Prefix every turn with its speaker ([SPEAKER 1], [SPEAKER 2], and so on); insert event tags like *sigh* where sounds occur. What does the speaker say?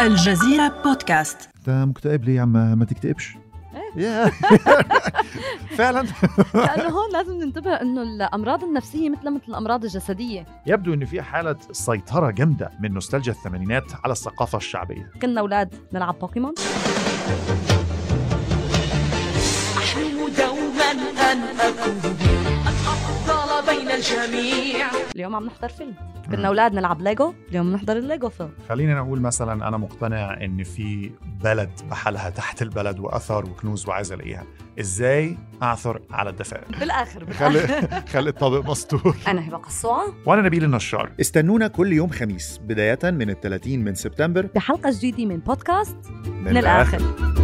[SPEAKER 1] الجزيرة بودكاست
[SPEAKER 2] انت مكتئب ليه يا عم ما تكتئبش يا *laughs* فعلا
[SPEAKER 3] لانه هون لازم ننتبه انه الامراض النفسيه مثل مثل الامراض الجسديه
[SPEAKER 2] يبدو ان في حاله سيطره جامده من نوستالجيا الثمانينات على الثقافه الشعبيه
[SPEAKER 3] كنا اولاد نلعب بوكيمون
[SPEAKER 4] أحلم دوما أن أكون الأفضل بين الجميع
[SPEAKER 3] اليوم عم نحضر فيلم كنا اولاد نلعب ليجو اليوم بنحضر الليجو فيلم
[SPEAKER 2] خلينا نقول مثلا انا مقتنع ان في بلد بحالها تحت البلد واثار وكنوز وعايز الاقيها ازاي اعثر على الدفائر
[SPEAKER 3] بالاخر
[SPEAKER 2] خلي *laughs* خلي الطابق مستور
[SPEAKER 3] انا هبه قصوعه
[SPEAKER 2] وانا نبيل النشار
[SPEAKER 5] استنونا كل يوم خميس بداية من الثلاثين من سبتمبر
[SPEAKER 3] بحلقه جديده من بودكاست
[SPEAKER 5] من
[SPEAKER 3] من الاخر